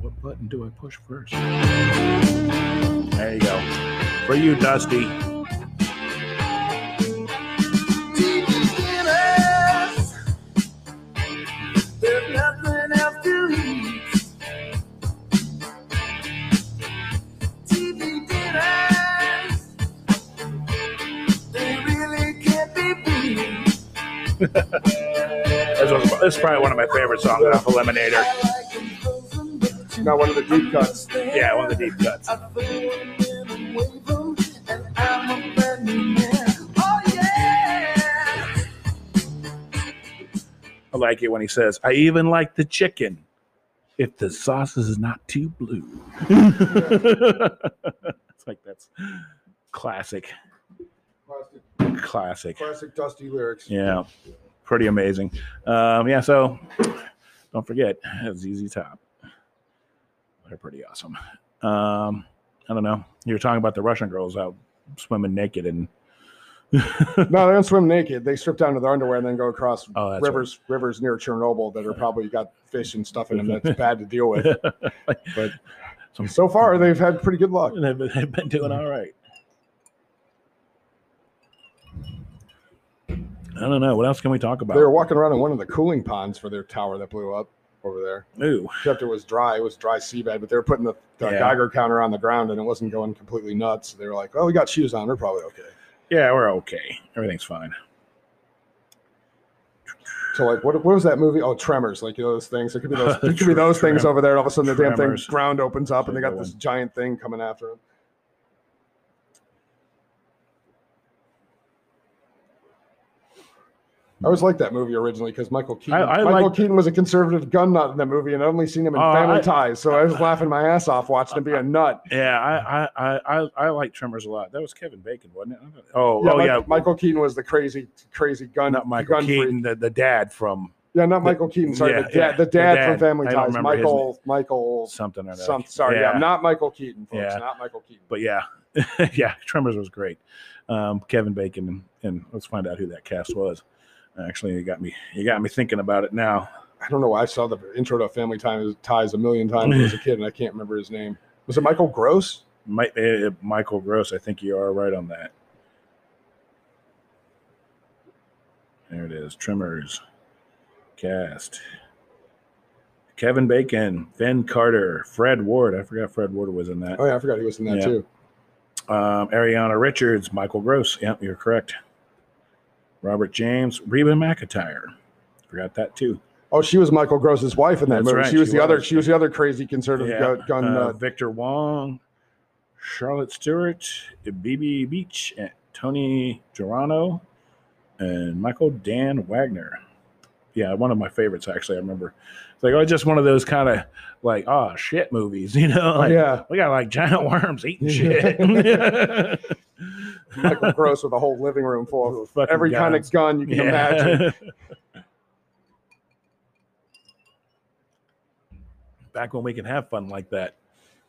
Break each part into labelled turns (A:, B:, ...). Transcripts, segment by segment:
A: What button do I push first?
B: There you go. For you, Dusty. This, was, this is probably one of my favorite songs off Eliminator.
C: Got one of the deep cuts.
B: Yeah, one of the deep cuts. I like it when he says, I even like the chicken if the sauce is not too blue. it's like that's classic, classic.
C: Classic, classic Dusty lyrics.
B: Yeah, pretty amazing. Um, yeah, so don't forget ZZ Top. They're pretty awesome. Um, I don't know. You were talking about the Russian girls out swimming naked and
C: No, they don't swim naked. They strip down to their underwear and then go across
B: oh, that's right.
C: rivers rivers near Chernobyl that are probably got fish and stuff in them that's bad to deal with. But
B: Some-
C: so far, they've had pretty good luck.
B: They've been, they've been doing all right. I don't know. What else can we talk about?
C: They were walking around in one of the cooling ponds for their tower that blew up over there.
B: Ooh,
C: Except it was dry. It was dry seabed, but they were putting the, the
B: Yeah.
C: Geiger counter on the ground and it wasn't going completely nuts. They were like, "Oh, we got shoes on. We're probably okay."
B: yeah, we're okay. Everything's fine.
C: So like, what, what was that movie? Oh, Tremors. Like you know those things. It could be those. It could be those
B: Trem-
C: things over there. And all of a sudden, the damn
B: Tremors.
C: thing ground opens up, and they
B: That's a
C: got
B: good
C: this giant thing coming after them. I always liked that movie originally because Michael Keaton.
B: I
C: Michael
B: liked-
C: Keaton was a conservative gun nut in that movie, and I only seen him in
B: Oh,
C: Family
B: I-
C: Ties. So I was laughing my ass off watching him be a nut.
B: Yeah, I I I I, I like Tremors a lot. That was Kevin Bacon, wasn't it? I don't- Oh,
C: Yeah,
B: oh
C: Mi-
B: yeah,
C: Michael Keaton was the crazy, crazy gun.
B: not Michael
C: gun freak.
B: Keaton, the, the dad from
C: Yeah, not Michael Keaton. Sorry,
B: Yeah,
C: the, dad,
B: yeah,
C: the
B: the
C: dad
B: dad.
C: from Family
B: I don't
C: Ties.
B: remember his
C: Michael, Michael,
B: something or another.
C: some, sorry, yeah.
B: Yeah.
C: not Michael Keaton, folks,
B: Yeah.
C: not Michael Keaton.
B: But yeah, yeah, Tremors was great. Um, Kevin Bacon and, and let's find out who that cast was. Actually, you got me you got me thinking about it now.
C: I don't know why I saw the intro to Family Ties, Ties a million times as a kid, and I can't remember his name. Was it Michael Gross?
B: Mi- uh, Michael Gross, I think you are right on that. There it is. Tremors cast. Kevin Bacon, Finn Carter, Fred Ward. I forgot Fred Ward was in that.
C: Oh yeah, I forgot he was in that
B: Yeah.
C: too.
B: Um, Ariana Richards, Michael Gross. Yep, you're correct. Robert James, Reba McIntyre. Forgot that too.
C: Oh, she was Michael Gross's wife in that
B: That's
C: movie.
B: right,
C: She was
B: she
C: the other.
B: was.
C: She was the other crazy conservative gu- gun.
B: uh,
C: nut.
B: Victor Wong, Charlotte Stewart, BB Beach, and Tony Girano, and Michael Dan Wagner. Yeah, one of my favorites actually. I remember. It's like oh, just one of those kind of like oh shit movies, you know?
C: Oh,
B: Like
C: yeah,
B: we got like giant worms eating shit.
C: Michael Gross with a whole living room full of
B: Fucking
C: every kind
B: guns.
C: of gun you can imagine.
B: Back when we can have fun like that.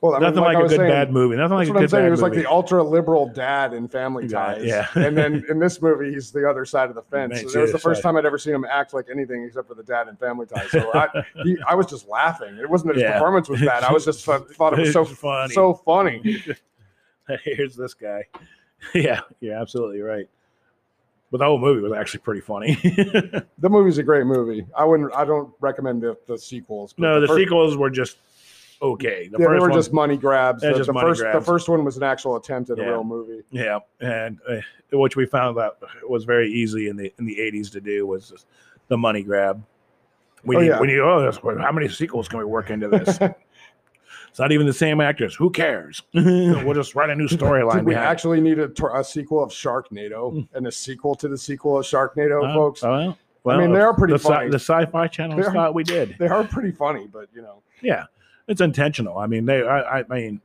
C: Well, I mean,
B: Nothing like,
C: I
B: a
C: was
B: good
C: saying,
B: bad movie. Nothing like
C: That's
B: a
C: what I'm
B: good
C: saying.
B: bad
C: He was like
B: movie.
C: the ultra liberal dad in Family
B: Yeah,
C: Ties.
B: yeah.
C: and then in this movie, he's the other side of the fence.
B: Man,
C: So it was the
B: serious
C: first
B: side.
C: time I'd ever seen him act like anything except for the dad in Family Ties. So I, he, I was just laughing. It wasn't that his
B: Yeah.
C: performance was bad. I was just I thought it was so
B: It's funny.
C: so funny.
B: Here's this guy. Yeah, you're absolutely right. But the whole movie was actually pretty funny.
C: The movie's a great movie. I wouldn't. I don't recommend the, the sequels. but
B: no, the,
C: first-
B: sequels were just okay. The
C: yeah, they
B: first
C: were
B: one,
C: just money grabs.
B: Yeah,
C: the,
B: just
C: the
B: money
C: first, the
B: grabs.
C: first one was an actual attempt at
B: Yeah.
C: a real movie.
B: yeah, and uh, which we found out was very easy in the in the 80s to do was just the money grab. We
C: Oh,
B: need,
C: yeah.
B: we need. Oh, that's- how many sequels can we work into this? it's not even the same actors. Who cares? we'll just write a new storyline.
C: Dude, we
B: behind it.
C: actually need a, tor- a sequel of Sharknado
B: Hmm.
C: and a sequel to the sequel of Sharknado,
B: Oh,
C: folks.
B: oh, well,
C: I mean, they are pretty
B: the, sci-
C: funny.
B: the sci-fi channel
C: They are-
B: thought we did.
C: they are pretty funny, but you know,
B: Yeah, it's intentional. I mean, they. I, I mean,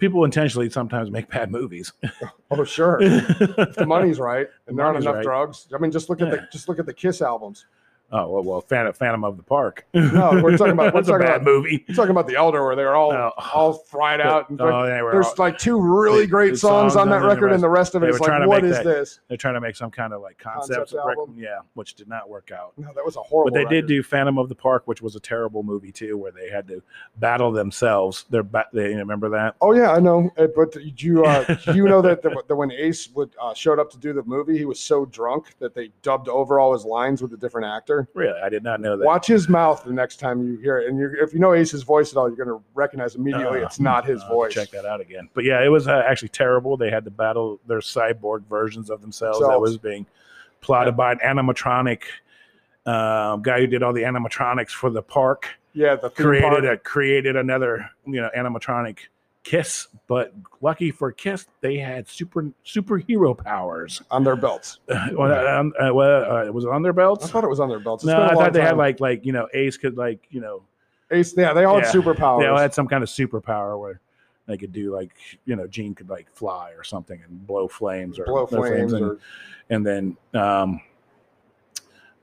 B: people intentionally sometimes make bad movies.
C: oh sure, if the money's right and there aren't
B: money's
C: enough
B: right.
C: drugs. I mean, just look at
B: Yeah.
C: the just look at the Kiss albums.
B: Oh well, well, Phantom, Phantom of the Park.
C: No, we're talking about- we're
B: That's a
C: talking
B: bad
C: about-
B: movie.
C: You're talking about the Elder, where they were all
B: Oh.
C: all fried out. And
B: Oh, they were
C: there's
B: all-
C: like two really great
B: the
C: songs,
B: songs
C: on that
B: and the
C: record, and the rest of
B: they
C: it is
B: were trying
C: like,
B: to
C: what
B: make
C: is
B: that-
C: this?
B: they're trying to make some kind of like concept,
C: Concept album.
B: yeah, which did not work out.
C: No, that was a horrible.
B: But they did
C: record.
B: do Phantom of the Park, which was a terrible movie too, where they had to battle themselves. They're ba- they you remember that?
C: Oh yeah, I know. Uh, But do you uh, do you know that the, the, when Ace would uh, showed up to do the movie, he was so drunk that they dubbed over all his lines with a different actor.
B: Really, I did not know that.
C: Watch his mouth the next time you hear it, and you're, if you know Ace's voice at all, you're going to recognize immediately
B: Uh,
C: it's not his
B: I'll have to
C: voice.
B: Check that out again. But yeah, it was uh, actually terrible. They had to battle their cyborg versions of themselves that
C: Themselves.
B: was being plotted by an animatronic uh, guy who did all the animatronics for the park.
C: Yeah, the theme
B: created a
C: park.
B: created another you know animatronic Kiss, but lucky for Kiss, they had super superhero powers.
C: on their belts.
B: Well, um, uh, well, uh, was it on their
C: I
B: belts?
C: thought it was on their belts. Uh-huh. It's
B: No,
C: been a
B: I
C: long
B: thought they had
C: time.
B: like like you know Ace could like you know
C: Ace. Yeah, they all had
B: Yeah.
C: superpowers.
B: they all had some kind of superpower where they could do like you know Gene could like fly or something and blow flames or
C: blow flames
B: and,
C: or
B: and then um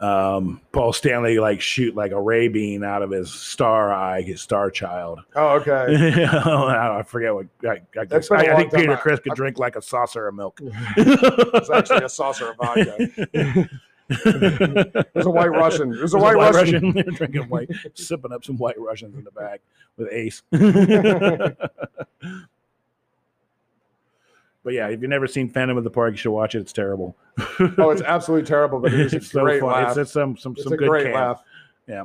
B: um Paul Stanley like shoot like a ray beam out of his star eye his star child
C: oh okay.
B: I, don't know, I forget what I, I,
C: That's
B: guess,
C: been a
B: I, I
C: long
B: think
C: time.
B: Peter
C: I-
B: Chris could
C: I-
B: drink like a saucer of milk.
C: It's actually a saucer of vodka. There's a white Russian. There's a
B: There's
C: white, Russian.
B: They're drinking white, sipping up some white Russians in the back with Ace. but yeah, if you've never seen Phantom of the Park, you should watch it. It's terrible.
C: Oh, it's absolutely terrible, but it is a
B: It's so
C: great
B: funny.
C: laugh.
B: It's, it's some some
C: It's
B: some
C: a
B: good
C: great
B: camp.
C: laugh.
B: Yeah.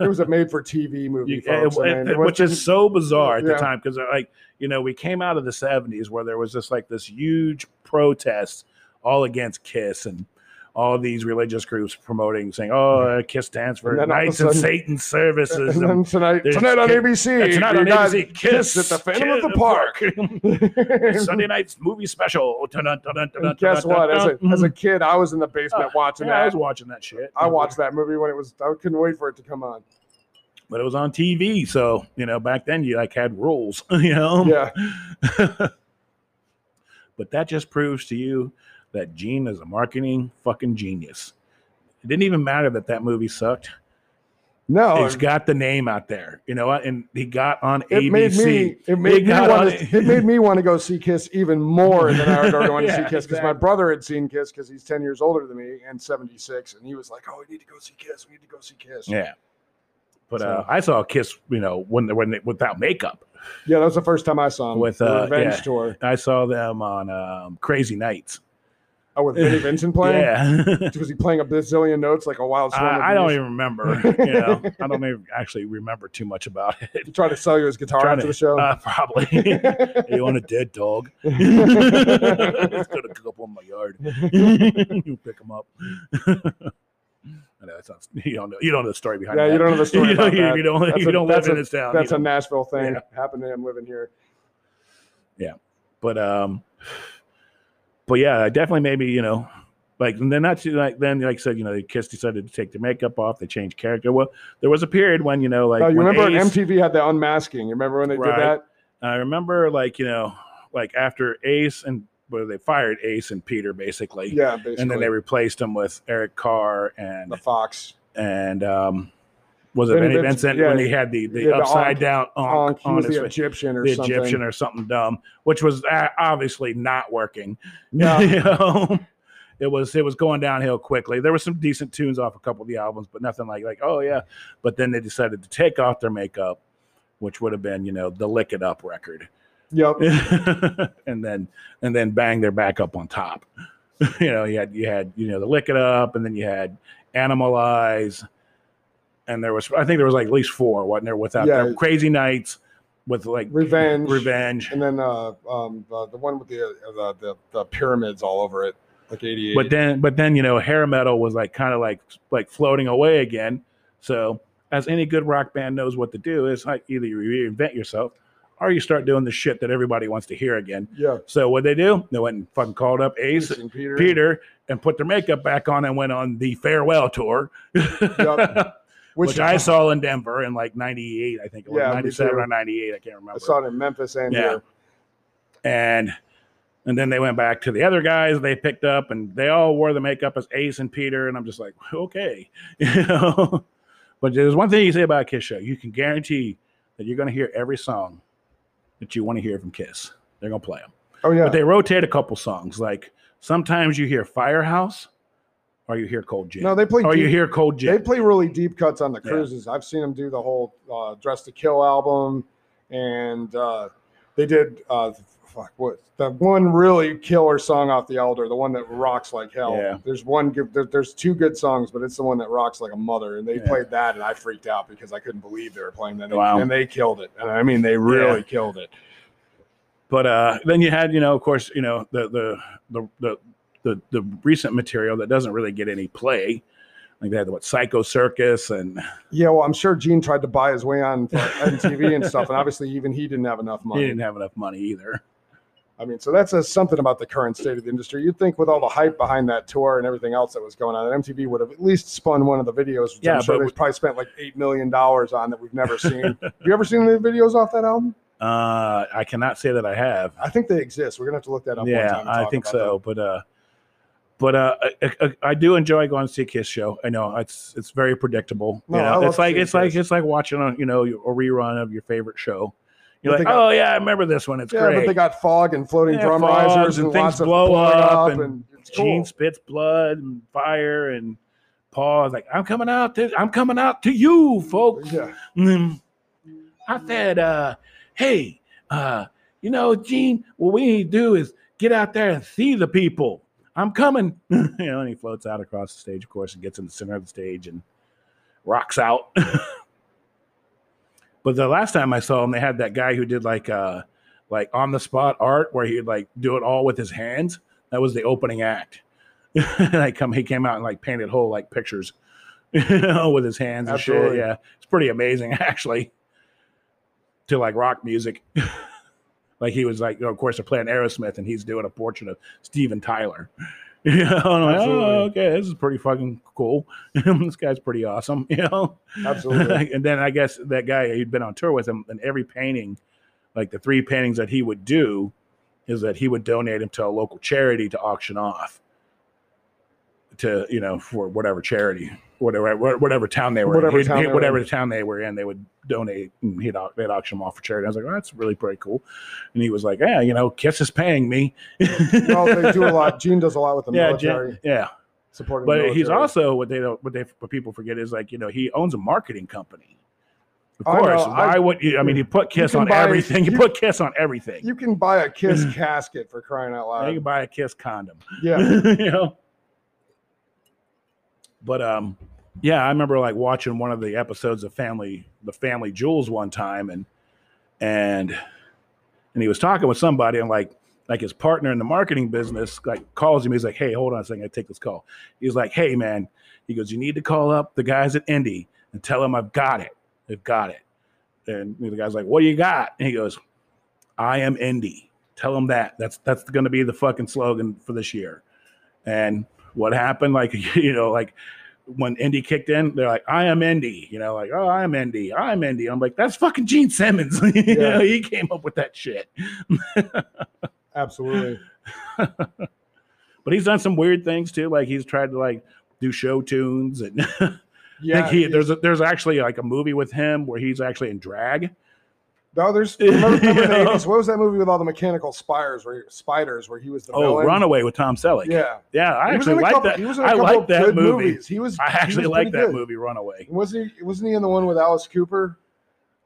C: it was a made-for-TV movie,
B: You-
C: folks.
B: it-
C: I
B: it-
C: mean,
B: it-
C: it
B: which
C: wasn't-
B: is so bizarre at
C: yeah.
B: the time because like you know we came out of the 70s where there was just like this huge protest all against kiss and all these religious groups promoting saying oh uh, kiss stands for
C: Mm-hmm. And then all of a
B: knights and
C: sudden-
B: satan services
C: And
B: and
C: then tonight,
B: there's
C: tonight on
B: kid-
C: ABC,
B: it's not
C: you
B: on
C: got
B: ABC. Kiss
C: at the Phantom of the Park.
B: Park. Sunday night's movie special. Dun, dun, dun, dun, dun, dun,
C: and guess
B: dun,
C: what? As a,
B: dun.
C: as a kid, I was in the basement watching
B: Mm-hmm. Uh, yeah, I was
C: that.
B: watching that shit.
C: I watched that movie when it was. I couldn't wait for it to come on.
B: but it was on TV. So you know, back then you like had rules. You know,
C: Yeah.
B: but that just proves to you that Gene is a marketing fucking genius. It didn't even matter that that movie sucked.
C: No,
B: it's got the name out there, you know, what? and he got on
C: it
B: ABC.
C: made me it
B: They
C: made me,
B: got
C: want
B: on
C: to,
B: it.
C: it made me want to go see Kiss even more than I already going to see
B: Yeah,
C: Kiss because my
B: exactly.
C: brother had seen Kiss because he's ten years older than me and seventy six and he was like, "Oh, we need to go see Kiss. We need to go see Kiss."
B: yeah, but uh,
C: So-
B: I saw Kiss, you know, when when they, without makeup.
C: Yeah, that was the first time I saw him
B: With,
C: the
B: uh,
C: Revenge
B: yeah.
C: Tour.
B: I saw them on um, Crazy Nights.
C: Oh, with Vinnie Vincent playing.
B: Yeah.
C: Was he playing a bazillion notes like a wild swan?
B: I, I don't even remember. You know, I don't even actually remember too much about it.
C: try to sell you his guitar
B: Trying
C: after
B: to-
C: the show.
B: Uh, probably. you want a dead dog? Just gonna cook up on my yard. you pick him up. I know that sounds. You don't know. You don't know the story behind.
C: Yeah,
B: that.
C: you don't know the story
B: You
C: about
B: don't. You,
C: that.
B: you don't,
C: That's
B: you
C: a-
B: don't
C: that's
B: live in
C: a-
B: this town. you
C: That's a
B: don't.
C: Nashville thing.
B: Yeah.
C: Happened to him living here.
B: but um, but yeah, definitely maybe you know, like and then not too, like then like I said you know they kissed decided to take their makeup off. They changed character. Well, there was a period when you know like
C: oh, you
B: when
C: remember
B: Ace-
C: MTV had the unmasking? You remember when they
B: Right.
C: did that?
B: I remember like you know like after Ace and well they fired Ace and Peter basically.
C: Yeah, basically.
B: and then they replaced him with Eric Carr and
C: the Fox.
B: and um, was it
C: Vinny
B: Vinny
C: Vincent,
B: Vincent
C: yeah.
B: when he had the, the
C: Yeah, the
B: upside
C: onk-
B: down
C: Oh,
B: onk
C: he
B: on
C: was
B: his
C: the
B: face,
C: Egyptian or
B: the
C: something.
B: Egyptian or something dumb, which was uh, obviously not working.
C: No,
B: You know? It was it was going downhill quickly. There were some decent tunes off a couple of the albums, but nothing like like oh yeah. But then they decided to take off their makeup, which would have been you know the lick it up record,
C: yep.
B: and then and then bang they're back up on top. you know, you had you had you know the lick it up, and then you had Animalize, and there was I think there was like at least four, wasn't there? Without
C: Yeah.
B: their crazy nights with like
C: Revenge.
B: revenge.
C: And then uh, um, uh, the one with the, uh, the the the pyramids all over it, like eighty-eight.
B: But then but then you know hair metal was like kind of like like floating away again. So as any good rock band knows what to do is like either you reinvent yourself or you start doing the shit that everybody wants to hear again.
C: yeah,
B: So what they do? They went and fucking called up Ace
C: Jason Peter.
B: Peter and put their makeup back on and went on the farewell tour, which, I saw in Denver in like '98, I think, it was
C: Yeah, me
B: 97
C: too.
B: or '98, I can't remember.
C: I saw it in Memphis and
B: Yeah.
C: here.
B: and And then they went back to the other guys they picked up, and they all wore the makeup as Ace and Peter. And I'm just like, okay, you know. But there's one thing you say about a Kiss show: you can guarantee that you're going to hear every song that you want to hear from Kiss. They're going to play them,
C: Oh yeah.
B: but they rotate a couple songs. Like sometimes you hear Firehouse, or you hear Cold Gin,
C: no, they play.
B: or Oh, you
C: deep-
B: hear Cold Gin.
C: They play really deep cuts on the
B: Yeah.
C: cruises. I've seen them do the whole uh, Dress to Kill album, and uh, they did uh, fuck what the one really killer song off the Elder, the one that rocks like hell.
B: Yeah.
C: There's one good. There, there's two good songs, but it's the one that rocks like a mother. And they
B: Yeah.
C: played that, and I freaked out because I couldn't believe they were playing that.
B: Wow.
C: And they killed it. And I mean, they really killed it.
B: But uh, then you had, you know, of course, you know, the the the the the, the recent material that doesn't really get any play. Like they had what Psycho Circus and
C: Yeah, well, I'm sure Gene tried to buy his way on uh, for MTV and stuff, and obviously even he didn't have enough money.
B: he didn't have enough money either.
C: I mean, so that says something about the current state of the industry. You'd think with all the hype behind that tour and everything else that was going on, that MTV would have at least spun one of the videos. Which
B: Yeah,
C: I'm sure
B: but
C: they probably spent like eight million dollars on that we've never seen. have you ever seen any videos off that album?
B: Uh, I cannot say that I have.
C: I think they exist. We're gonna have to look that up. one time
B: Yeah,
C: and
B: I
C: talk
B: think
C: about
B: so. But uh, but uh, I, I, I do enjoy going to see a Kiss show. I know it's it's very predictable.
C: No,
B: you
C: I
B: know,
C: love
B: it's like
C: seeing
B: it's like
C: Kiss.
B: it's like watching on you know a rerun of your favorite show. You're
C: But they
B: like,
C: got-
B: oh yeah, I remember this one. It's
C: that. Yeah,
B: great.
C: but they got fog and floating
B: Yeah,
C: drum
B: fogs
C: risers and,
B: and things
C: lots of
B: blow
C: blowing
B: up
C: up,
B: and
C: and, it's cool.
B: Gene spits blood and fire and Paul is like, I'm coming out to I'm coming out to you, folks.
C: Yeah,
B: Mm. I said, uh, hey, uh, you know, Gene, what we need to do is get out there and see the people. I'm coming. you know, and he floats out across the stage, of course, and gets in the center of the stage and rocks out. but the last time I saw him, they had that guy who did like uh like on the spot art where he'd like do it all with his hands. That was the opening act. like come he came out and like painted whole like pictures you know, with his hands and shit.
C: Absolutely.
B: Yeah. It's pretty amazing actually. To like rock music. like he was like, you know, of course they're playing Aerosmith and he's doing a portrait of Steven Tyler. You know, and I'm like, oh,
C: Absolutely.
B: okay, this is pretty fucking cool. this guy's pretty awesome, you know.
C: absolutely.
B: and then I guess that guy he'd been on tour with him, and every painting, like the three paintings that he would do, is that he would donate them to a local charity to auction off, to you know for whatever charity, whatever wha- whatever town they were,
C: Whatever
B: in. He'd-
C: town
B: he'd-
C: they were
B: whatever
C: in.
B: the town they were in, they would donate. And he'd au- they'd auction them off for charity. I was like, oh, that's really pretty cool. And he was like, yeah, you know, Kiss is paying me.
C: well, they do a lot. Gene does a lot with the
B: yeah, Jen-
C: military,
B: yeah.
C: supporting. the
B: But he's
C: military.
B: also what they don't what they what people forget is like you know he owns a marketing company. Of
C: I know,
B: course,
C: I-
B: why would you? I mean, he put Kiss
C: can
B: on
C: buy-
B: everything. You
C: you-
B: put Kiss on everything.
C: You can buy a Kiss casket for crying out
B: Now you
C: loud.
B: can buy a Kiss condom.
C: Yeah.
B: you know. But um, yeah, I remember like watching one of the episodes of Family the Family Jewels one time, and and and he was talking with somebody, and like like his partner in the marketing business like calls him. He's like, "Hey, hold on a second, I take this call." He's like, "Hey, man," he goes, "You need to call up the guys at Indy and tell them I've got it. They've got it." And the guy's like, "What do you got?" And he goes, "I am Indy." Tell them that. That's that's going to be the fucking slogan for this year. And what happened, like, you know, like when Indy kicked in, they're like, I am Indy, you know, like, oh, I'm Indy, I'm Indy. I'm like, that's fucking Gene Simmons. you know, he came up with that shit.
C: Absolutely.
B: But he's done some weird things too. Like he's tried to like do show tunes and I
C: Yeah.
B: think he
C: it-
B: there's a, there's actually like a movie with him where he's actually in drag.
C: no, there's remember, remember the
B: Yeah.
C: 80s? What was that movie with all the mechanical spires where spiders where he was the
B: Oh,
C: villain?
B: Runaway with Tom Selleck. Yeah,
C: Yeah.
B: I
C: He was
B: actually
C: in a
B: like
C: couple-
B: that.
C: He was in a
B: I
C: couple
B: like that
C: good
B: movie.
C: movies. He was
B: I
C: he was
B: actually
C: pretty
B: like that
C: good.
B: movie, Runaway.
C: Wasn't he wasn't he in the one with Alice Cooper?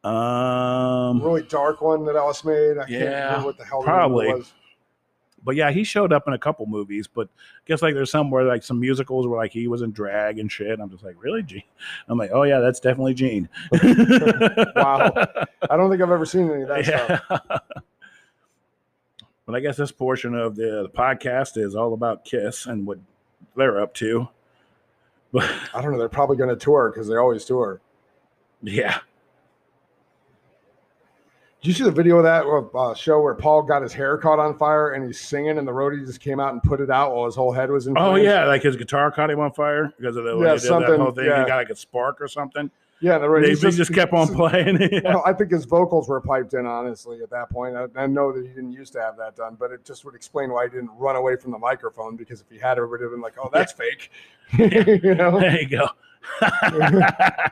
B: Um,
C: really dark one that Alice made. I can't
B: Yeah,
C: remember what the hell the name of it
B: probably.
C: was.
B: but yeah, he showed up in a couple movies, but I guess like there's some where like some musicals where like he was in drag and shit. I'm just like, really, Gene? I'm like, oh yeah, that's definitely Gene.
C: Wow. I don't think I've ever seen any of that stuff.
B: yeah. but I guess this portion of the, the podcast is all about Kiss and what they're up to. But
C: I don't know. They're probably going to tour because they always tour.
B: yeah,
C: Did you see the video of that of, uh, show where Paul got his hair caught on fire and he's singing and the roadie just came out and put it out while his whole head was in
B: oh
C: flames?
B: yeah, like his guitar caught him on fire because of the when
C: Yeah,
B: he did that
C: something,
B: whole thing.
C: yeah.
B: He got like a spark or something.
C: Yeah, the,
B: They,
C: he's
B: they just kept on playing.
C: Well, I think his vocals were piped in, honestly, at that point. I, I know that he didn't used to have that done, but it just would explain why he didn't run away from the microphone because if he had, everybody would have been like, oh, that's fake. you know?
B: There you go.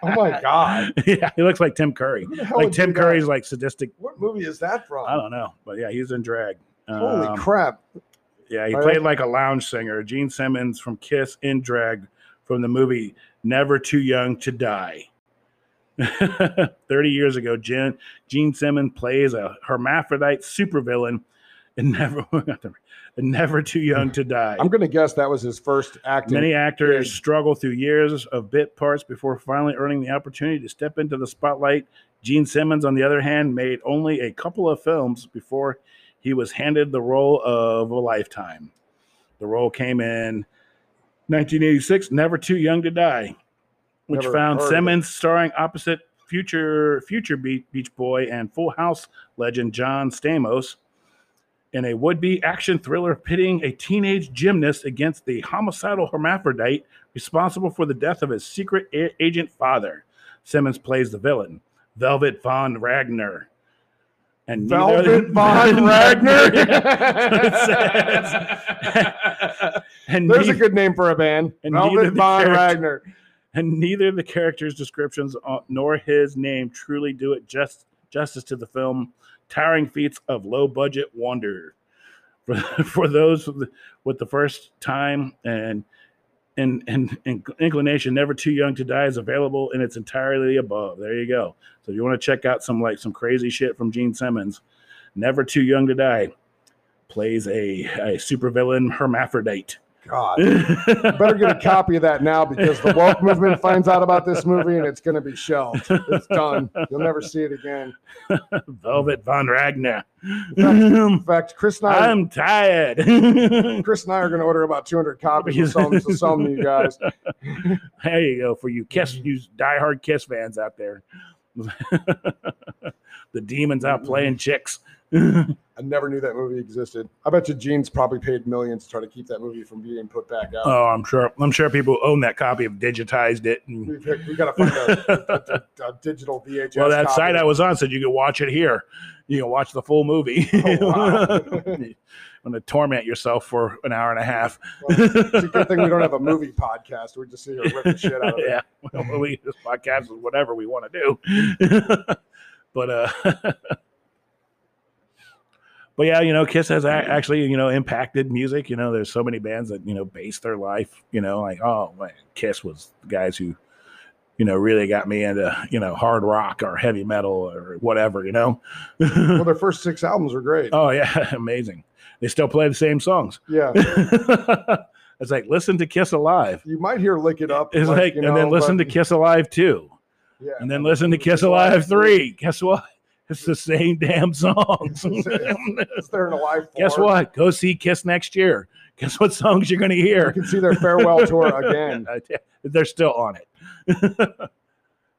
C: Oh my God.
B: Yeah, he looks like Tim Curry.
C: Who the hell
B: Like
C: would
B: Tim
C: do that?
B: Curry's like sadistic.
C: What movie is that from?
B: I don't know, but yeah, he's in drag.
C: Holy
B: Um,
C: crap.
B: Yeah, he
C: All
B: played like a lounge singer, Gene Simmons from Kiss in drag from the movie Never Too Young to Die. 30 years ago, Jen, Gene Simmons plays a hermaphrodite supervillain in Never, in Never Too Young to Die.
C: I'm going to guess that was his first acting.
B: Many actors
C: Yeah.
B: struggle through years of bit parts before finally earning the opportunity to step into the spotlight. Gene Simmons, on the other hand, made only a couple of films before he was handed the role of a lifetime. The role came in 1986, Never Too Young to Die, which
C: Never
B: found
C: heard of it.
B: Simmons starring opposite future future Be- Beach Boy and Full House legend John Stamos in a would-be action thriller pitting a teenage gymnast against the homicidal hermaphrodite responsible for the death of his secret a- agent father. Simmons plays the villain, Velvet von Ragnar. And neither-
C: Velvet Von
B: Ragnar?
C: Ragnar.
B: and
C: There's a
B: neither-
C: good name for a band.
B: And neither
C: Velvet
B: the
C: Von
B: character-
C: Ragnar.
B: and neither the character's descriptions uh, nor his name truly do it just justice to the film towering feats of low budget wonder for, for those with the- with the first time and and, and and inclination never too young to die is available and it's entirely above there you go so if you want to check out some like some crazy shit from gene simmons never too young to die plays a, a supervillain hermaphrodite
C: God. Better get a copy of that now because the woke movement finds out about this movie and it's going to be shelved. It's done. You'll never see it again.
B: Velvet Von Ragnar.
C: In fact, Chris and I,
B: I'm tired.
C: Chris and I are going to order about 200 copies of some, to some of you guys.
B: there you go for you Kiss,
C: Mm-hmm.
B: you diehard Kiss fans out there. the demons
C: Mm-hmm.
B: out playing chicks.
C: I never knew that movie existed. I bet you Gene's probably paid millions to try to keep that movie from being put back out.
B: Oh, I'm sure. I'm sure people own that copy of digitized it. And,
C: we we got to find a, a- a digital VHS.
B: well, that
C: Mm-hmm. copy.
B: site I was on said you could watch it here. You can watch the full movie.
C: Oh, wow.
B: I'm gonna torment yourself for an hour and a half.
C: Well, it's a good thing we don't have a movie podcast. We just sit here and rip the shit out of it.
B: yeah, well, we this podcast is whatever we want to do. but uh, but yeah, you know, Kiss has a- actually you know impacted music. You know, there's so many bands that you know base their life. You know, like oh, man, Kiss was the guys who you know really got me into you know hard rock or heavy metal or whatever. You know,
C: Well, their first six albums were great.
B: oh yeah, amazing. They still play the same songs.
C: yeah.
B: it's like listen to Kiss Alive.
C: You might hear Lick It Up.
B: It's
C: like,
B: like,
C: you
B: and then
C: know,
B: listen
C: but-
B: to Kiss Alive too.
C: Yeah.
B: and then listen to Kiss Alive 3. Guess what? It's the same damn songs.
C: It's there in a live form.
B: Guess what? Go see Kiss next year. Guess what songs you're going to
C: You
B: hear?
C: can see their farewell tour again.
B: I tell- They're still on it.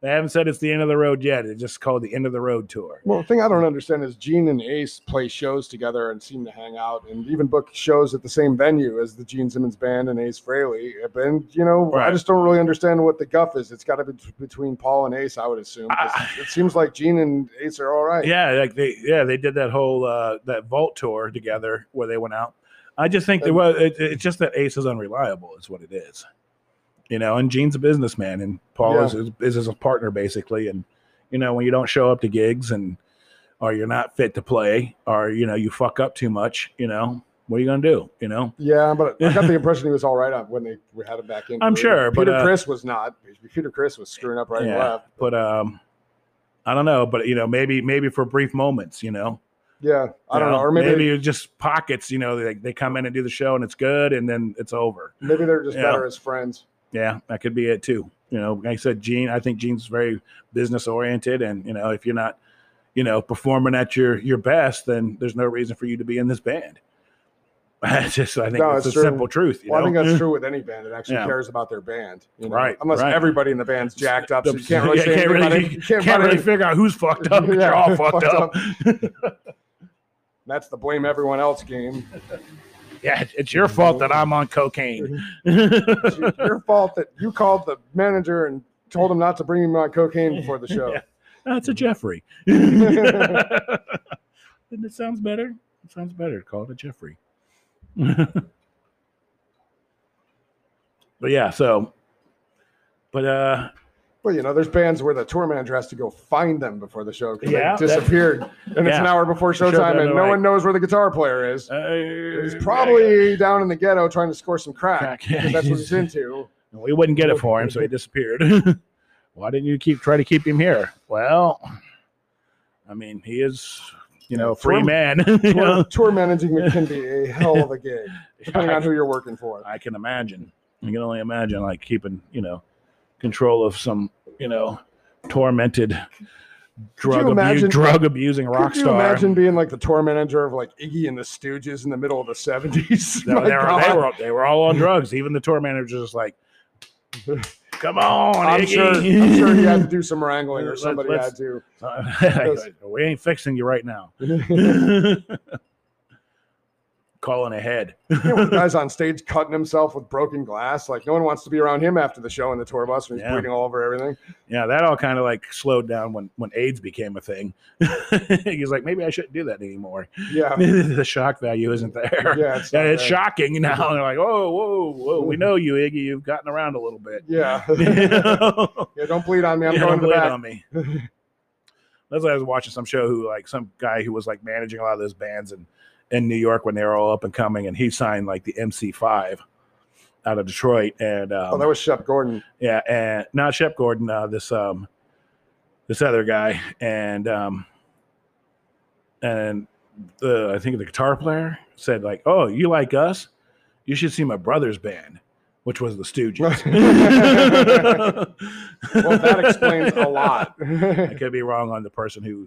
B: they haven't said it's the end of the road yet. It's just called the end of the road tour.
C: Well, the thing I don't understand is Gene and Ace play shows together and seem to hang out and even book shows at the same venue as the Gene Simmons Band and Ace Frehley. And, you know,
B: Right.
C: I just don't really understand what the guff is. It's got to be t- between Paul and Ace, I would assume. 'cause
B: I-
C: it seems like Gene and Ace are all right.
B: Yeah, like they yeah they did that whole uh, that vault tour together where they went out. I just think that well it, it's just that Ace is unreliable is what it is, you know. And Gene's a businessman, and Paul is, is is his partner basically. And you know when you don't show up to gigs and or you're not fit to play or you know you fuck up too much, you know what are you gonna do? You know
C: Yeah, but I got the impression he was all right up when they had him back in.
B: I'm sure, but,
C: Peter
B: uh,
C: Chris was not. Peter Chris was screwing up right and
B: Yeah.
C: left.
B: but um I don't know, but you know maybe maybe for brief moments, you know.
C: Yeah, I
B: You
C: don't know, or maybe
B: maybe it's just pockets. You know, they they come in and do the show and it's good, and then it's over.
C: Maybe they're just
B: Yeah.
C: better as friends.
B: Yeah, that could be it too. You know, like I said, Gene, I think Gene's very business oriented. And, you know, if you're not, you know, performing at your your best, then there's no reason for you to be in this band. It's just, I think
C: No,
B: it's
C: it's
B: a
C: true.
B: simple truth. You
C: Well, I
B: know?
C: think that's true with any band that actually
B: Yeah.
C: cares about their band, you know?
B: Right,
C: Unless
B: right.
C: everybody in the band's jacked up, so you can't really
B: Yeah,
C: say
B: can't
C: anything
B: really-
C: about it. You can't,
B: Can't
C: really
B: really figure out who's fucked up. 'cause
C: Yeah,
B: You're all fucked,
C: fucked
B: up.
C: That's the blame everyone else game.
B: yeah, it's your fault that I'm on cocaine.
C: It's your- your fault that you called the manager and told him not to bring me my cocaine before the show.
B: Yeah. That's Ah, a Jeffrey. and it sounds better. It sounds better to call it a Jeffrey. but yeah, so but uh
C: Well, you know, there's bands where the tour manager has to go find them before the show because
B: Yeah,
C: they
B: that-
C: disappeared, and it's
B: Yeah.
C: an hour before
B: Sure,
C: showtime, and
B: they're
C: no
B: like- Uh,
C: one knows where the guitar player is. He's
B: it's
C: probably down in the ghetto trying to score some crack.
B: Crack, yeah,
C: 'cause that's what
B: he's-
C: he's into.
B: we wouldn't get it for him, so he disappeared. Why didn't you keep try to keep him here? Well, I mean, he is, you know, a free
C: Tour-
B: man. you
C: Tour,
B: know?
C: tour managing can be a hell of a gig, depending on who you're working for.
B: I can imagine. I can only imagine like keeping, you know, control of some, you know, tormented drug
C: imagine-
B: abu- drug abusing rock
C: Could you
B: star.
C: imagine being like the tour manager of like Iggy and the Stooges in the middle of the 70s?
B: they,
C: My
B: were, they, were,
C: God.
B: they, were, they were all on drugs. Even the tour manager was like, "Come on,
C: I'm
B: Iggy."
C: sure, I'm sure he had to do some wrangling or
B: Let's-
C: somebody
B: let's-
C: had to.
B: we ain't fixing you right now. Calling ahead.
C: You know, the guy's on stage cutting himself with broken glass. Like no one wants to be around him after the show in the tour bus when he's
B: Yeah.
C: bleeding all over everything.
B: Yeah, that all kind of like slowed down when when AIDS became a thing. He's like, maybe I shouldn't do that anymore.
C: Yeah,
B: the shock value isn't there.
C: yeah, it's,
B: Yeah,
C: not
B: it's
C: bad.
B: shocking now. They're like, oh, whoa, whoa, we know you, Iggy. You've gotten around a little bit.
C: Yeah, yeah. Don't bleed on me. I'm
B: Yeah,
C: going
B: don't
C: to the
B: blame it
C: back.
B: on me. That's why I was watching some show who like some guy who was like managing a lot of those bands in in New York when they were all up and coming, and he signed like the MC5 out of Detroit, and um,
C: Oh, that was Shep Gordon.
B: yeah, and not Shep Gordon, uh, this um this other guy, and um and the I think the guitar player said like, "Oh, you like us? You should see my brother's band." Which was the Stooges.
C: Well, that explains a lot.
B: I could be wrong on the person who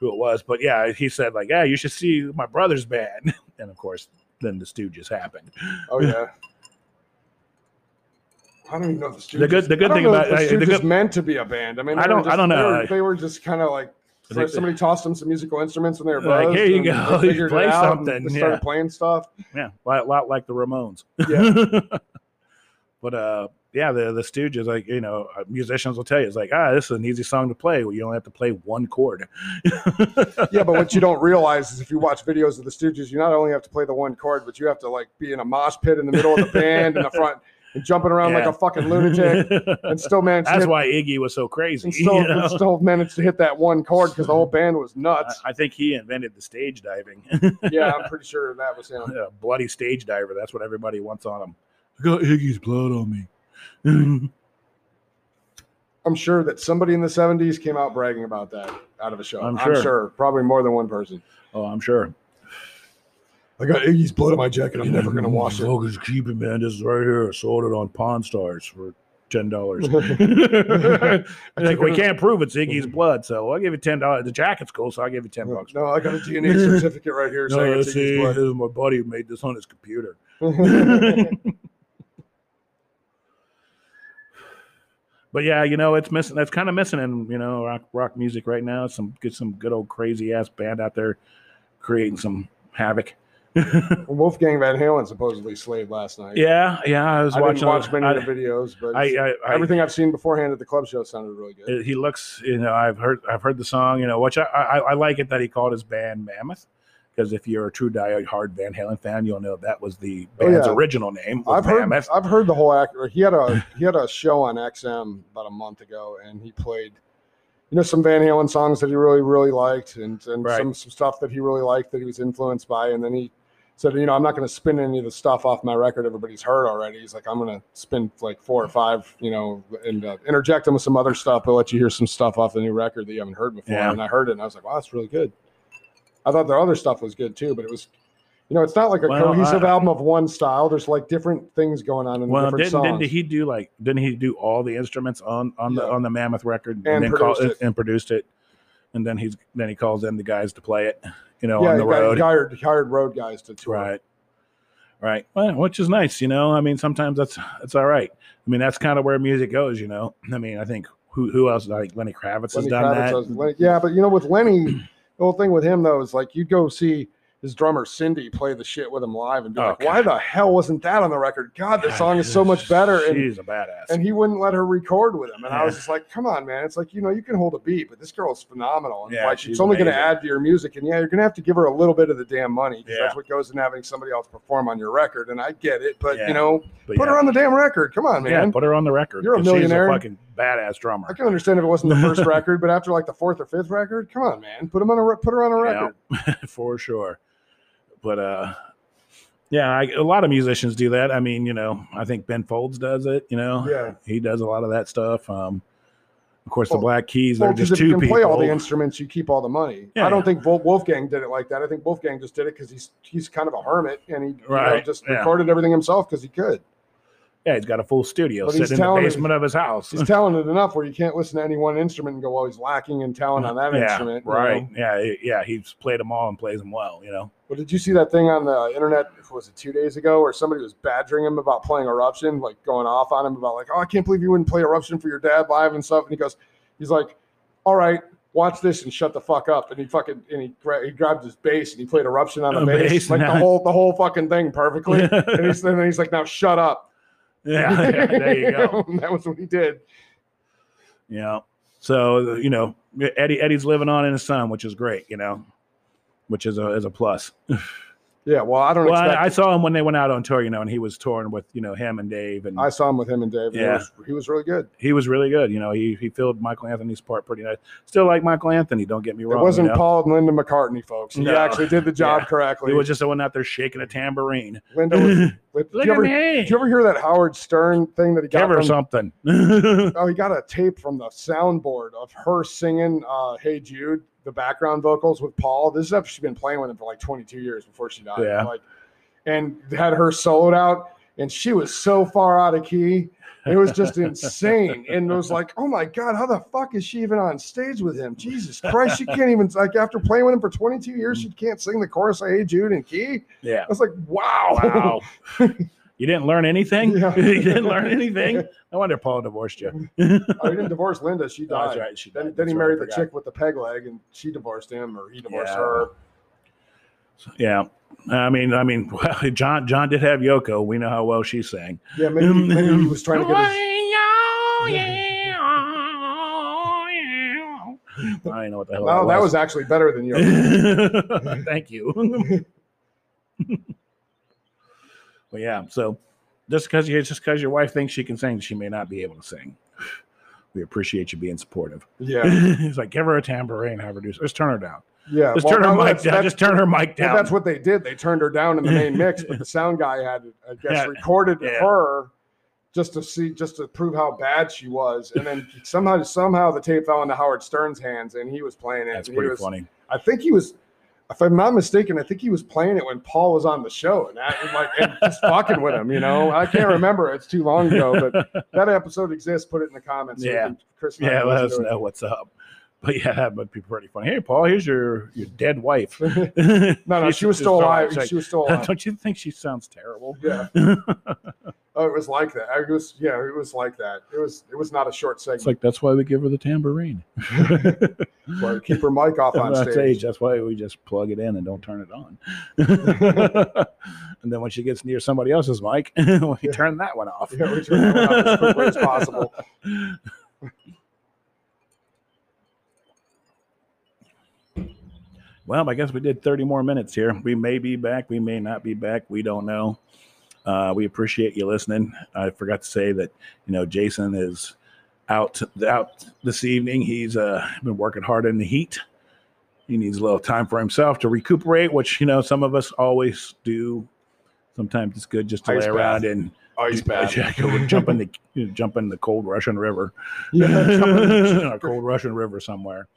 B: who it was, but yeah, he said like, "Yeah, you should see my brother's band," and of course, then the Stooges happened.
C: oh yeah. I don't even know if the Stooges.
B: The good- the good
C: I don't
B: thing
C: know
B: about-
C: if
B: I-
C: the
B: the
C: Stooges
B: good-
C: meant to be a band. I mean,
B: I
C: they were
B: don't- I
C: just-
B: don't
C: they
B: know.
C: were- They were just kind of like
B: I
C: so
B: think-
C: somebody tossed them some musical instruments and they were
B: Like,
C: buzzed
B: here you
C: and they
B: go, you
C: figured it
B: play
C: out and
B: something,
C: just
B: yeah.
C: started playing stuff.
B: Yeah, a lot like the Ramones.
C: Yeah.
B: but uh, yeah, the the Stooges, like you know, uh, musicians will tell you, it's like ah, this is an easy song to play. You only have to play one chord.
C: yeah, but what you don't realize is if you watch videos of the Stooges, you not only have to play the one chord, but you have to like be in a mosh pit in the middle of the band in the front and jumping around like
B: Yeah.
C: a fucking lunatic and still manage to
B: That's
C: hit,
B: why Iggy was so crazy.
C: and still,
B: you know?
C: and still manage to hit that one chord because the whole band was nuts.
B: I, I think he invented the stage diving.
C: yeah, I'm pretty sure that was him.
B: a bloody stage diver. That's what everybody wants on him. I got Iggy's blood on me.
C: I'm sure that somebody in the 70s came out bragging about that out of a show.
B: I'm
C: I'm
B: sure.
C: sure probably more than one person.
B: oh, I'm sure.
C: I got Iggy's blood on my jacket. I'm never gonna wash it.
B: Focus, keep it, man. This is right here. I sold it on Pawn Stars for ten dollars. like we can't prove it's Iggy's blood, so I'll give you ten dollars. The jacket's cool, so I'll give you ten bucks.
C: No, I got a DNA certificate right here saying
B: No,
C: it's
B: see,
C: Iggy's
B: this
C: blood.
B: is my buddy who made this on his computer.
C: yeah,
B: But yeah, you know, it's missing. That's kind of missing in you know rock rock music right now. Some get some good old crazy ass band out there creating some havoc.
C: Wolfgang Van Halen supposedly slayed last night.
B: Yeah, yeah. I was
C: I didn't
B: watching.
C: watch many
B: I,
C: of the videos, but
B: I, I, I,
C: everything I've seen beforehand at the club show sounded really good.
B: he looks you know i've heard i've heard the song you know which i i, I like it that he called his band mammoth because if you're a true diehard van halen fan you'll know that was the
C: Oh,
B: band's
C: yeah.
B: original name was
C: I've heard
B: mammoth
C: I've heard the whole act. or He had a he had a show on XM about a month ago, and he played, you know, some Van Halen songs that he really really liked, and and
B: Right.
C: some some stuff that he really liked that he was influenced by, and then he said, you know, I'm not going to spin any of the stuff off my record everybody's heard already. He's like, I'm going to spin like four or five, you know, and uh, interject them with some other stuff, but let you hear some stuff off the new record that you haven't heard before.
B: Yeah.
C: And I heard it, and I was like, wow, that's really good. I thought their other stuff was good too, but it was you know, it's not like a
B: Well,
C: cohesive
B: I-
C: album of one style. There's like different things going on in the
B: well
C: different
B: didn't,
C: songs.
B: didn't he do like didn't he do all the instruments on on the
C: Yeah.
B: on the mammoth record
C: And
B: call,
C: produced
B: and produced it and then he's then he calls in the guys to play it you know
C: yeah,
B: on
C: he
B: the
C: got- he
B: road
C: hired he hired road guys to tour.
B: Right. Right. Well, which is nice, you know. I mean, sometimes that's that's all right. I mean, that's kind of where music goes, you know. I mean, I think who who else like Lenny Kravitz has
C: Lenny
B: done
C: Kravitz
B: that.
C: does- Lenny- yeah, but you know, with Lenny, the whole thing with him though is like you'd go see his drummer Cindy play the shit with him live and be like,
B: Okay.
C: "Why the hell wasn't that on the record? God, this song is so much better." And
B: She's a badass.
C: and he wouldn't let her record with him. And I was
B: Yeah.
C: just like, come on, man. It's like, you know, you can hold a beat, but this girl's phenomenal. And
B: Yeah,
C: like,
B: she's
C: it's only going to
B: amazing.
C: add to your music. And yeah, you're going to have to give her a little bit of the damn money because
B: Yeah.
C: that's what goes in having somebody else perform on your record. And I get it, but
B: Yeah.
C: you know,
B: but
C: put
B: yeah.
C: her on the damn record. Come on,
B: Yeah,
C: man.
B: put her on the record.
C: You're a
B: 'cause she's
C: millionaire.
B: fucking badass drummer.
C: I can understand if it wasn't the first record, but after like the fourth or fifth record, come on, man, put him on a re- put her on a record.
B: Yeah, for sure. But uh, yeah, I, a lot of musicians do that. I mean, you know, I think Ben Folds does it. You know,
C: Yeah.
B: he does a lot of that stuff. Um, of course,
C: Well-
B: the Black Keys,
C: Well,
B: they're
C: because
B: just
C: if you
B: two
C: can
B: people.
C: play all the instruments, you keep all the money.
B: Yeah,
C: I don't
B: yeah.
C: think Wolf, Wolfgang did it like that. I think Wolfgang just did it because he's he's kind of a hermit and he you know,
B: Right,
C: just
B: yeah.
C: recorded everything himself because he could.
B: yeah, he's got a full studio
C: But he's
B: sitting in the
C: talented.
B: basement of his house.
C: he's talented enough where you can't listen to any one instrument and go, "Well, he's lacking in talent on that
B: yeah,
C: instrument." you
B: right.
C: know?
B: Yeah, he- yeah, he's played them all and plays them well. You know,
C: But did you see that thing on the internet? Was it two days ago, where somebody was badgering him about playing Eruption, like going off on him about, like, "Oh, I can't believe you wouldn't play Eruption for your dad live and stuff." And he goes, "He's like, all right." Watch this and shut the fuck up. And he fucking and he, gra- he grabbed his bass and he played eruption on the
B: A
C: bass,
B: bass,
C: like the
B: nice.
C: whole the whole fucking thing perfectly.
B: yeah,
C: and, he's, and then he's like, "Now shut up."
B: yeah, there you go.
C: And that was what he did.
B: Yeah. So you know, Eddie Eddie's living on in his son, which is great. You know, which is a is a plus.
C: Yeah. Well, I don't
B: Well,
C: expect.
B: I, I saw him when they went out on tour, you know, and he was touring with you know him and Dave, and
C: I saw him with him and Dave. and he
B: Mm-hmm. Yeah.
C: was- he was really good.
B: he was really good. You know, he he filled Michael Anthony's part pretty nice. Still like Michael Anthony, don't get me wrong.
C: It wasn't
B: you know?
C: Paul and Linda McCartney, folks. He
B: No.
C: actually did the job
B: Yeah.
C: correctly.
B: He was just the one out there shaking a tambourine.
C: Linda was.
B: Look
C: Did you,
B: at
C: ever,
B: me,
C: did you ever hear that Howard Stern thing that he got?
B: give her
C: From,
B: something. yeah,
C: oh, he got a tape from the soundboard of her singing uh, "Hey Jude," the background vocals with Paul. This is after she's been playing with him for like 22 years before she died.
B: Yeah.
C: Like, and had her soloed out, and she was so far out of key. It was just insane, and it was like, oh my god, how the fuck is she even on stage with him? Jesus Christ, she can't even like after playing with him for 22 years, she can't sing the chorus of "Hey Jude" in key. I was like, wow,
B: wow. you didn't learn anything.
C: Yeah.
B: you didn't learn anything. No wonder Paul divorced you.
C: oh, he didn't divorce Linda; she
B: Oh,
C: died.
B: that's right. She
C: Then,
B: died.
C: then he
B: That's right, I
C: married the
B: forgot.
C: chick with the peg leg, and she divorced him, or he divorced
B: Yeah.
C: her.
B: Yeah. I mean, I mean, well, John John did have Yoko. We know how well she sang.
C: Yeah, maybe, maybe he was trying to get his.
B: I don't know what the hell.
C: No, Oh, that was actually better than yours.
B: was. Thank you. but yeah, so just because you just because your wife thinks she can sing, she may not be able to sing. We appreciate you being supportive.
C: Yeah,
B: it's like give her a tambourine, have her do. Just turn her down.
C: yeah.
B: Just
C: Well,
B: turn her
C: no,
B: mic
C: that's-
B: down.
C: that's-
B: Just turn her mic
C: well,
B: down.
C: that's what they did. They turned her down in the main mix, but the sound guy had, I guess,
B: Yeah.
C: recorded
B: Yeah.
C: her just to see, just to prove how bad she was. And then somehow, somehow, the tape fell into Howard Stern's hands, and he was playing it.
B: That's
C: and he
B: pretty
C: was,
B: funny.
C: I think he was, if I'm not mistaken, I think he was playing it when Paul was on the show and that, and like and just fucking with him. You know, I can't remember; it's too long ago. But that episode exists. Put it in the comments. so we
B: Yeah.
C: can- Chris. and I
B: Yeah,
C: can
B: let
C: listen
B: us
C: to it.
B: know what's up. But yeah, that would be pretty funny. Hey, Paul, here's your your dead wife.
C: No, no, she was still alive. She was still alive.
B: Don't you think she sounds terrible?
C: Yeah. Oh, it was like that. It was yeah, it was like that. It was it was not a short
B: It's
C: segment.
B: like that's why we give her the tambourine
C: Well, keep her mic off Oh, on
B: That's age,
C: stage.
B: That's why we just plug it in and don't turn it on. and then when she gets near somebody else's mic, we turn that one off.
C: Yeah, we turn that one off as quickly as possible.
B: Well, I guess we did 30 more minutes here. We may be back. We may not be back. We don't know. Uh, we appreciate you listening. I forgot to say that, you know, Jason is out out this evening. He's uh, been working hard in the heat. He needs a little time for himself to recuperate, which, you know, some of us always do. Sometimes it's good just to
C: Ice
B: lay
C: bath.
B: around and
C: Oh, he's bad.
B: yeah, go jump in the you know, jump in the cold Russian river.
C: Yeah, jump in the-
B: a cold Russian river somewhere.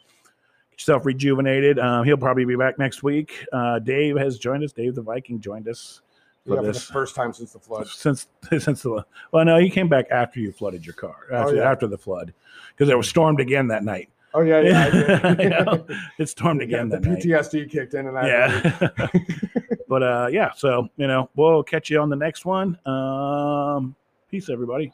B: Get yourself rejuvenated. Um, he'll probably be back next week. Uh, Dave has joined us. Dave the Viking joined us
C: yeah,
B: for
C: for the
B: this
C: first time since the flood.
B: since since the well no he came back after you flooded your car
C: Oh,
B: after,
C: yeah.
B: after the flood because it was stormed again that night.
C: Oh yeah, yeah. I did.
B: You know, it stormed
C: Yeah,
B: again
C: the
B: that night.
C: PTSD kicked in, and I
B: Yeah. but uh, yeah, so you know we'll catch you on the next one. Um, peace, everybody.